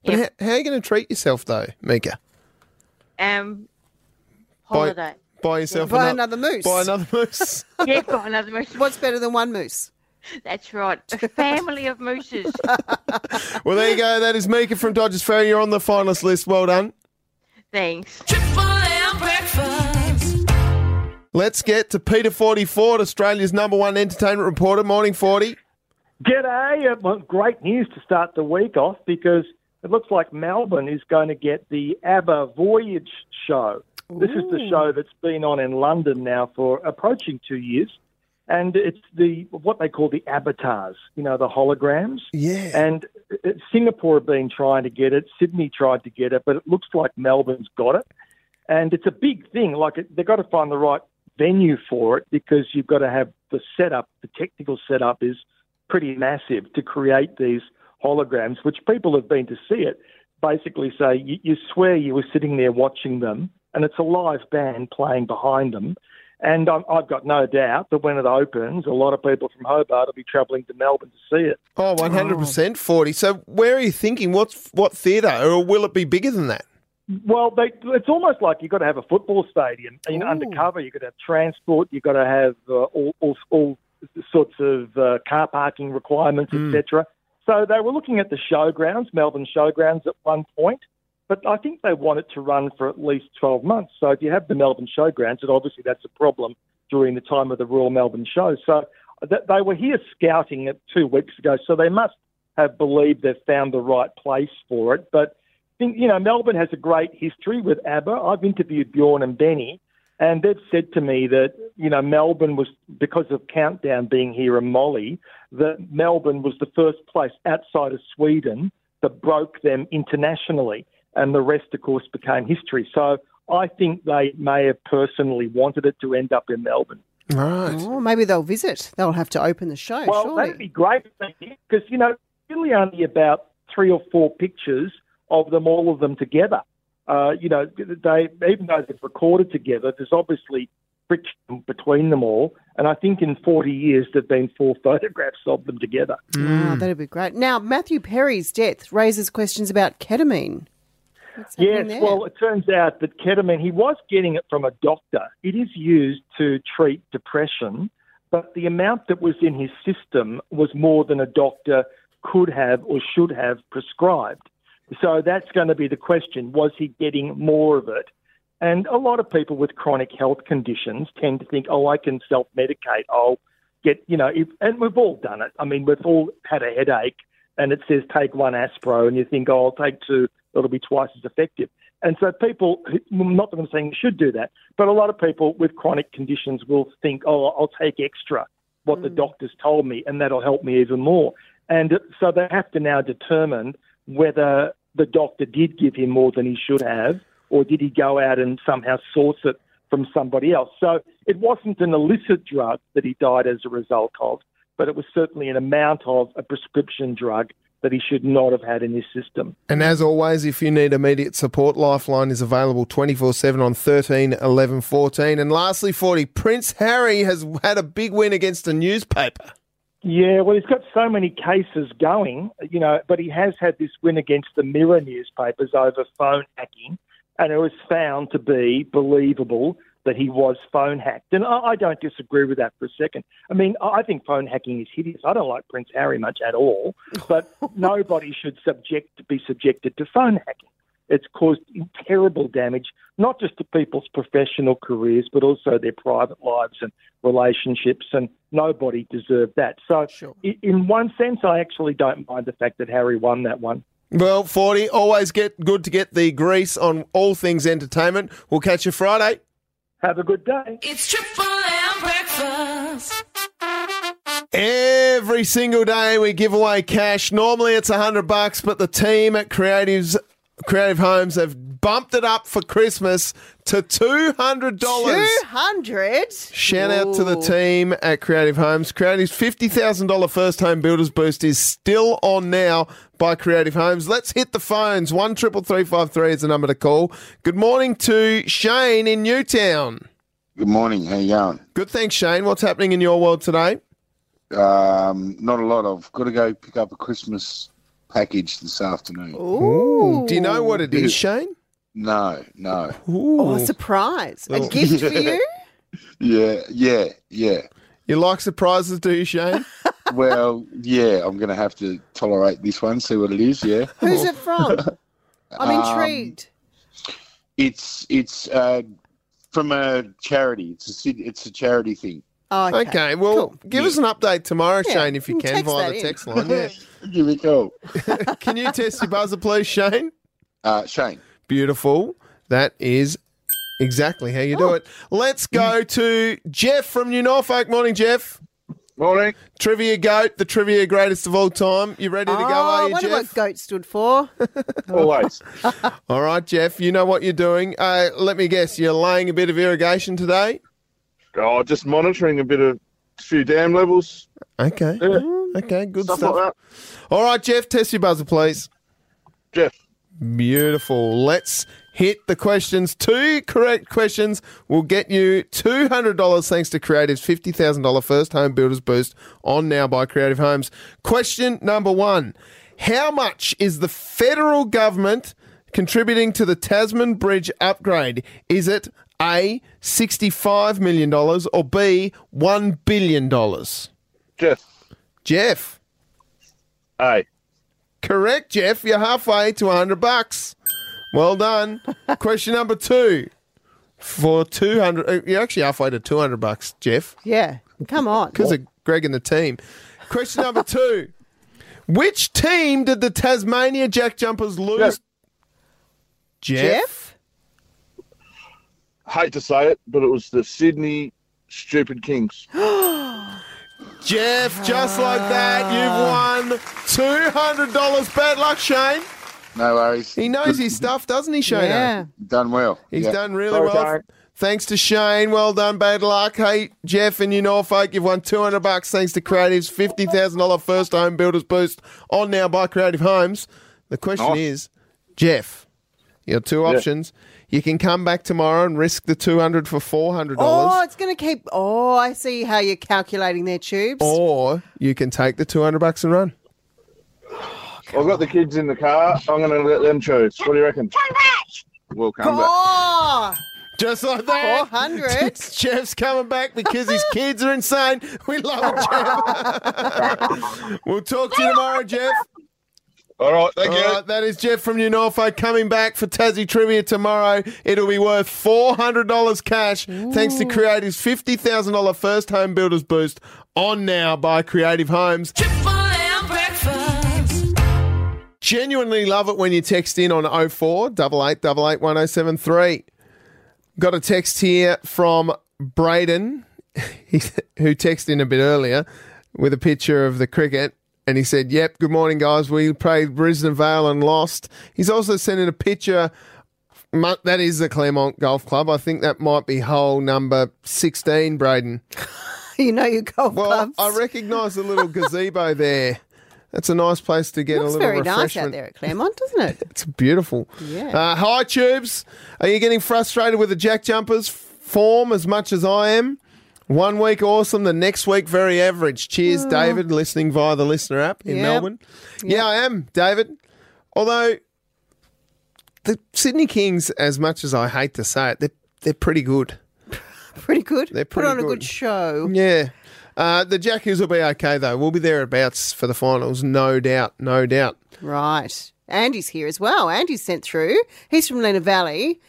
S4: But how, how are you going to treat yourself, though, Mika?
S15: Um,
S4: Buy-
S15: holiday.
S4: Buy yourself
S5: Buy
S4: ano-
S5: another moose.
S4: Buy another moose.
S15: yeah, buy another moose.
S5: What's better than one moose?
S15: That's right. A family of mooses.
S4: well, there you go. That is Mika from Dodgers Ferry. You're on the finalist list. Well done.
S15: Thanks.
S2: Triple M breakfast.
S4: Let's get to Peter Forty Ford, Australia's number one entertainment reporter. Morning, Forty.
S16: G'day. Uh, well, Great news to start the week off because it looks like Melbourne is going to get the ABBA Voyage show. This is the
S17: Ooh.
S16: show that's been on in London now for approaching two years. And it's the what they call the avatars, you know, the holograms.
S4: Yeah.
S16: And uh, Singapore have been trying to get it. Sydney tried to get it, but it looks like Melbourne's got it. And it's a big thing. Like it, they've got to find the right venue for it because you've got to have the setup. The technical setup is pretty massive to create these holograms, which people have been to see it. Basically, say you, you swear you were sitting there watching them, and it's a live band playing behind them. And I'm, I've got no doubt that when it opens, a lot of people from Hobart will be travelling to Melbourne to see it.
S4: Oh, 100% 40. So, where are you thinking? What's What theatre? Or will it be bigger than that?
S16: Well, they, it's almost like you've got to have a football stadium you know,
S4: Ooh.
S16: undercover. You've got to have transport. You've got to have uh, all, all, all sorts of uh, car parking requirements, etc. So they were looking at the showgrounds, Melbourne showgrounds, at one point. But I think they want it to run for at least 12 months. So if you have the Melbourne showgrounds, and obviously that's a problem during the time of the Royal Melbourne show. So th- they were here scouting it two weeks ago. So they must have believed they've found the right place for it. But think, you know, Melbourne has a great history with ABBA. I've interviewed Bjorn and Benny, and they've said to me that, you know, Melbourne was, because of Countdown being here and Molly, that Melbourne was the first place outside of Sweden that broke them internationally. And the rest, of course, became history. So I think they may have personally wanted it to end up in Melbourne.
S4: Right.
S5: Oh, maybe they'll visit. They'll have to open the show,
S16: Well,
S5: surely.
S16: that'd be great because you know really only about three or four pictures of them, all of them together. Uh, you know, they even though they've recorded together, there's obviously friction between them all, and I think in 40 years there've been four photographs of them together.
S4: Hmm.
S5: Oh, that'd be great. Now, Matthew Perry's death raises questions about ketamine.
S16: Yes,
S5: happening there?
S16: well, it turns out that ketamine, he was getting it from a doctor. It is used to treat depression, but the amount that was in his system was more than a doctor could have or should have prescribed. So that's going to be the question was he getting more of it? And a lot of people with chronic health conditions tend to think, oh, I can self medicate. I'll get, you know, if, and we've all done it. I mean, we've all had a headache and it says take one aspro and you think, oh, I'll take two, it'll be twice as effective. And so people, well, not that I'm saying you should do that, but a lot of people with chronic conditions will think, oh, I'll take extra, what the doctors told me, and that'll help me even more. And so they have to now determine whether the doctor did give him more than he should have, or did he go out and somehow source it from somebody else. So it wasn't an illicit drug that he died as a result of, but it was certainly an amount of a prescription drug that he should not have had in his system.
S4: And as always, if you need immediate support, Lifeline is available 24 7 on 13 11 14. And lastly, 40, Prince Harry has had a big win against a newspaper.
S16: Yeah, well, he's got so many cases going, you know, but he has had this win against the Mirror newspapers over phone hacking, and it was found to be believable that he was phone hacked. And I, I don't disagree with that for a second. I mean, I I think phone hacking is hideous. I don't like Prince Harry much at all, but nobody should subject be subjected to phone hacking. It's caused terrible damage, not just to people's professional careers, but also their private lives and relationships. And nobody deserved that. So, i- in one sense, I actually don't mind the fact that Harry won that one.
S4: Well, 40, always get good to get the grease on all things entertainment. We'll catch you Friday.
S16: Have a good day.
S2: It's Triple M breakfast.
S4: Every single day we give away cash. Normally it's 100 bucks, but the team at Creatives Creative Homes have bumped it up for Christmas to $200.
S5: Two hundred.
S4: Shout out to the team at Creative Homes. Creative's $50,000 first home builders boost is still on now by Creative Homes. Let's hit the phones. 133353 is the number to call. Good morning to Shane in Newtown.
S17: Good morning. How you going?
S4: Good, thanks, Shane. What's happening in your world today?
S17: Um, not a lot. I've got to go pick up a Christmas package this afternoon.
S4: Oh. Ooh. Do you know what it is,
S17: Yeah.
S4: Shane?
S17: No, no.
S5: Oh, a surprise! A
S17: Well-
S5: gift for you.
S17: Yeah, yeah, yeah.
S4: You like surprises, do you, Shane?
S17: well, yeah. I'm going to have to tolerate this one. See what it is. Yeah.
S5: Who's it from? I'm
S17: Um,
S5: intrigued.
S17: It's it's uh, from a charity. It's a city- it's a charity thing.
S5: Oh,
S4: okay. well, give us an update tomorrow,
S17: Yeah,
S4: Shane, if you
S17: you
S4: can,
S17: text
S4: via
S17: that
S4: the
S17: in.
S4: text line. Yeah.
S17: Give me a call.
S4: can you test your buzzer, please, Shane?
S17: Uh, Shane.
S4: Beautiful. That is exactly how you
S17: Oh.
S4: do it. Let's go to Jeff from New Norfolk. Morning, Jeff.
S17: Morning.
S4: Trivia goat, the trivia greatest of all time. You ready to go,
S5: oh,
S17: Ah,
S4: are
S5: I
S4: you,
S5: wonder
S4: Jeff?
S5: what goat stood for.
S17: Always.
S4: All right, Jeff, you know what you're doing. Uh, let me guess, you're laying a bit of irrigation today?
S18: Oh, just monitoring a bit of few dam levels.
S4: Okay. Mm,
S18: Yeah.
S4: Okay, good
S18: Stuff
S4: stuff.
S18: like
S4: All right, Jeff, test your buzzer, please.
S18: Jeff.
S4: Beautiful. Let's hit the questions. Two correct questions will get you $200 thanks to Creative's $50,000 first home builders boost on now by Creative Homes. Question number one How much is the federal government contributing to the Tasman Bridge upgrade? Is it A, $65 million or B, $1 billion?
S18: Jeff.
S4: Jeff.
S18: A.
S4: Correct, Jeff. You're halfway to 100 bucks. Well done. Question number two. For 200, uh, you're actually halfway to 200 bucks, Jeff.
S5: Yeah, come on.
S4: Because of Greg and the team. Question number two. Which team did the Tasmania Jack Jumpers lose? Jeff?
S18: Hate to say it, but it was the Sydney Stupid Kings.
S4: Jeff, just like that, you've won $200. Bad luck, Shane.
S17: No worries.
S4: He knows his stuff, doesn't he, Shane?
S17: Done well.
S4: He's
S17: Yeah.
S4: done really well. Thanks to Shane. Well done. Bad luck. Hey, Jeff and you Norfolk, you've won 200 bucks thanks to Creative's $50,000 first home builders boost on now by Creative Homes. The question
S18: Nice.
S4: is, Jeff, your two
S18: Yeah.
S4: options. You can come back tomorrow and risk the 200 for $400.
S5: Oh, it's going to keep. Oh, I see how you're calculating their tubes.
S4: Or you can take the 200 bucks and run.
S18: I've got the kids in the car. I'm going to let them choose. What do you reckon? Come back. We'll come
S5: Oh,
S4: Just like that.
S5: 400.
S4: Oh, Jeff's coming back because his kids are insane. We love it, Jeff. we'll talk to you tomorrow, Jeff.
S18: All right, thank you.
S4: that is Jeff from New Norfolk coming back for Tassie Trivia tomorrow. It'll be worth $400 cash thanks to Creative's $50,000 first home builders boost on now by Creative Homes.
S2: Triple M breakfast.
S4: Genuinely love it when you text in on 04 1073. Got a text here from Braden, who texted in a bit earlier with a picture of the cricket. And he said, Yep, good morning, guys. We played Brisbane Vale and lost. He's also sent in a picture. mu- That is the Claremont Golf Club. I think that might be hole number 16, Braden.
S5: you know your golf
S4: well,
S5: clubs.
S4: I recognise the little gazebo there. That's a nice place to get
S5: Looks
S4: a little
S5: very nice
S4: refreshment.
S5: out there at Claremont, doesn't it?
S4: It's beautiful.
S5: Yeah.
S4: Uh, hi, Tubes. Are you getting frustrated with the Jack Jumpers f- form as much as I am? One week awesome, the next week very average. Cheers,
S1: Mm.
S4: David, listening via the listener app in
S1: Yep.
S4: Melbourne. Yeah, I am, David. Although the Sydney Kings, as much as I hate to say it, they're, they're pretty good.
S5: pretty good.
S4: They're
S5: Put
S4: pretty
S5: on a good show.
S4: Yeah. Uh, the Jackies will be okay, though. We'll be thereabouts for the finals, no doubt, no doubt.
S5: Right. Andy's here as well. Andy's sent through. He's from Lena Valley.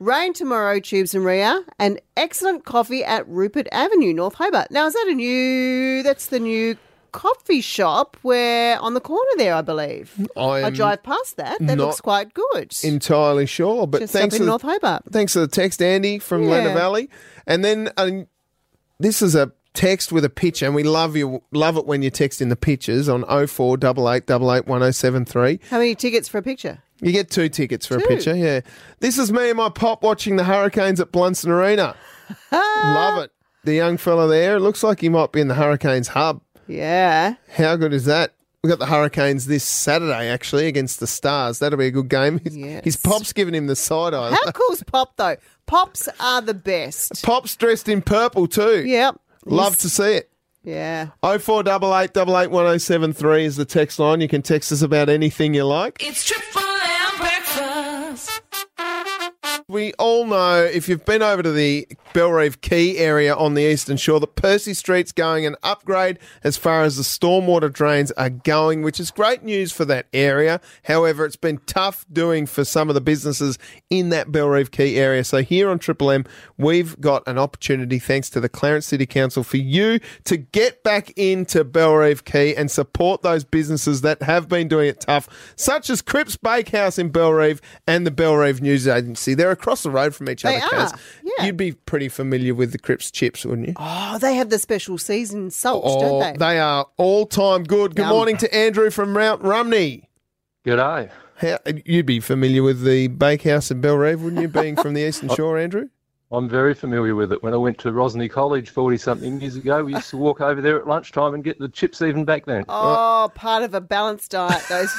S5: Rain tomorrow, Tubes and Ria, and excellent coffee at Rupert Avenue, North Hobart. Now, is that a new? That's the new coffee shop where on the corner there, I believe.
S4: I
S5: I
S4: am
S5: drive past that. That
S4: Um, not
S5: looks quite good.
S4: Entirely sure, but
S5: Just up
S4: thanks
S5: in
S4: to the-
S5: North Hobart.
S4: Thanks for the text, Andy from
S5: Yeah.
S4: Lena Valley, and then uh, this is a text with a picture, and we love you, love it when you text in the pictures on oh four double eight double eight one oh seven three.
S5: How many tickets for a picture?
S4: You get two tickets for
S5: Two.
S4: a picture, yeah. This is me and my pop watching the Hurricanes at Blunston Arena. Love it. The young fella there, it looks like he might be in the Hurricanes hub.
S5: Yeah.
S4: How good is that? We got the Hurricanes this Saturday, actually, against the Stars. That'll be a good game. His, his pop's giving him the side eye.
S5: How cool's Pop though? Pops are the best.
S4: Pop's dressed in purple too.
S5: Yep.
S4: Love to see it.
S5: Yeah.
S4: Oh four double eight double eight one oh seven three is the text line. You can text us about anything you like.
S2: It's Triple M breakfast.
S4: We all know if you've been over to the Belrive Quay area on the eastern shore that Percy Street's going an upgrade as far as the stormwater drains are going, which is great news for that area. However, it's been tough doing for some of the businesses in that Belrive Quay area. So here on Triple M, we've got an opportunity, thanks to the Clarence City Council, for you to get back into Belrive Quay and support those businesses that have been doing it tough, such as Cripps Bakehouse in Belrive and the Belrive News Agency. They're across the road from each
S5: They
S4: other, Kaz.
S5: are,
S4: You'd be pretty familiar with the Cripps chips, wouldn't you?
S5: Oh, they have the special season salts,
S4: Oh,
S5: don't they?
S4: are all time good. Good
S5: Yum.
S4: morning to Andrew from Mount Rumney.
S19: G'day.
S4: How, you'd be familiar with the bakehouse in Belrive, wouldn't you, being from the Eastern Shore, Andrew?
S19: I'm very familiar with it. When I went to Rosny College 40 something years ago, we used to walk over there at lunchtime and get the chips even back then.
S5: Oh, part of a balanced diet. Those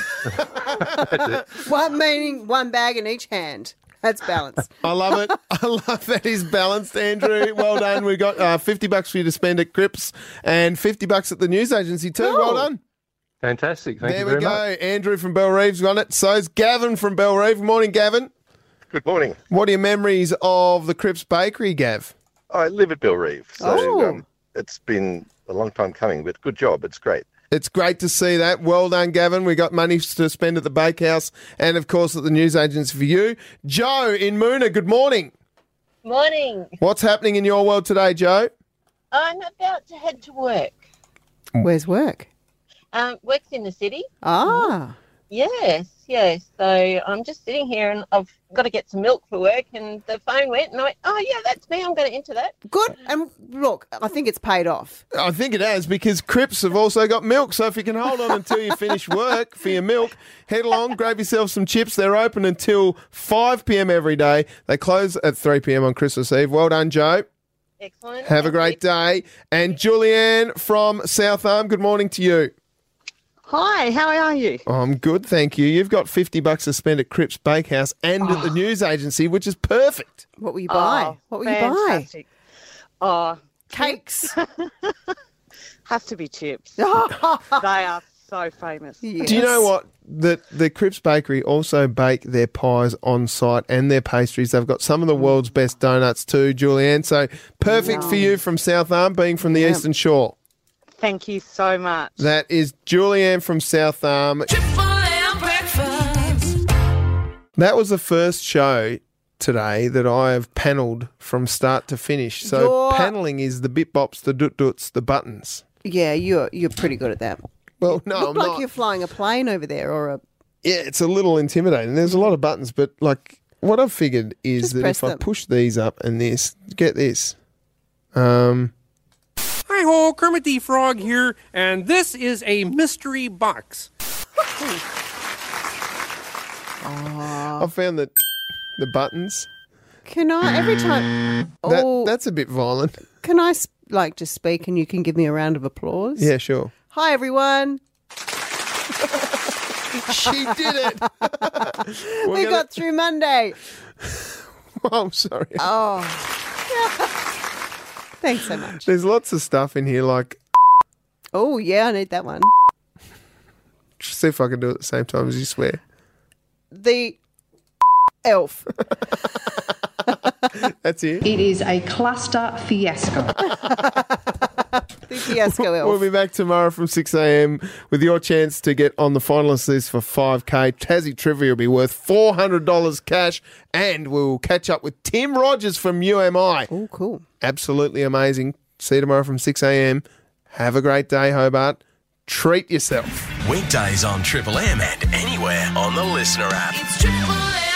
S5: one meaning one bag in each hand. That's balance.
S4: I love it. I love that he's balanced, Andrew. Well done. We've got uh, 50 bucks for you to spend at Crips and 50 bucks at the news agency too. Well done.
S19: Fantastic. Thank
S4: there
S19: you
S4: we
S19: very
S4: go.
S19: much.
S4: Andrew from Bell Reeves got it. So's Gavin from Bell Reeve. Morning, Gavin.
S20: Good morning.
S4: What are your memories of the Crips Bakery, Gav?
S20: I live at Bill Reeve, so
S4: Oh.
S20: um, it's been a long time coming, but good job. It's great.
S4: It's great to see that. Well done, Gavin. We got money to spend at the bakehouse and, of course, at the news agency for you. Joe in Moona, good morning.
S21: Morning.
S4: What's happening in your world today, Joe?
S21: I'm about to head to work.
S5: Where's work?
S21: Um, works in the city.
S5: Ah.
S21: Yes, yes. So I'm just sitting here and I've got to get some milk for work. And the phone went and I went, oh, yeah, that's me. I'm going to enter that.
S5: Good. And look, I think it's paid off.
S4: I think it has because Crips have also got milk. So if you can hold on until you finish work for your milk, head along, grab yourself some chips. They're open until 5 p.m. every day. They close at 3 p.m. on Christmas Eve. Well done, Joe.
S21: Excellent.
S4: Have a great day. And Julianne from Southarm, good morning to you.
S22: Hi, how are you?
S4: I'm good, thank you. You've got 50 bucks to spend at Crips Bakehouse and at the news agency, which is perfect.
S5: What will you buy?
S22: Oh,
S5: what will
S22: fantastic. Oh,
S5: cakes.
S22: Has to be chips. they
S5: Oh,
S22: are so famous.
S4: Do you know what? That the Cripps Bakery also bake their pies on site and their pastries. They've got some of the world's best donuts too, Julianne. So perfect for you from Southarm, being from the Eastern Shore.
S22: Thank you so much.
S4: That is Julianne from Southarm.
S2: Triple M breakfast.
S4: That was the first show today that I have panelled from start to finish. So
S5: You're-
S4: panelling is the bit bops, the doot doots, the buttons.
S5: Yeah, you're you're pretty good at that.
S4: Well, no,
S5: Look
S4: I'm
S5: like
S4: Oh, not.
S5: you're flying a plane over there, or a
S4: Yeah, it's a little intimidating. There's a lot of buttons, but like what I've figured is that
S5: press
S4: if I
S5: them.
S4: push these up and this, get this. Um,
S23: Hi ho, Kermit the Frog here, and this is a mystery box.
S4: I found that the buttons.
S5: can I every time?
S4: That,
S5: Oh,
S4: that's a bit violent.
S5: can I s- like just speak and you can give me a round of applause?
S4: Yeah, sure.
S5: Hi everyone.
S4: she did it.
S5: we
S4: gonna-
S5: got through Monday.
S4: oh, I'm sorry.
S5: Oh. Thanks so much.
S4: There's lots of stuff in here. Like,
S5: Oh, yeah, I need that one.
S4: see if I can do it at the same time as you swear.
S5: The elf.
S4: That's it.
S3: It is a cluster fiasco.
S5: The fiasco elf.
S4: We'll be back tomorrow from 6 a.m. with your chance to get on the finalist list for 5K. Tassie Trivia will be worth $400 cash, and we'll catch up with Tim Rogers from UMI.
S5: Oh, cool.
S4: Absolutely amazing. See you tomorrow from 6 a.m. Have a great day, Hobart. Treat yourself.
S6: Weekdays on Triple M and anywhere on the Listener app.
S2: Triple M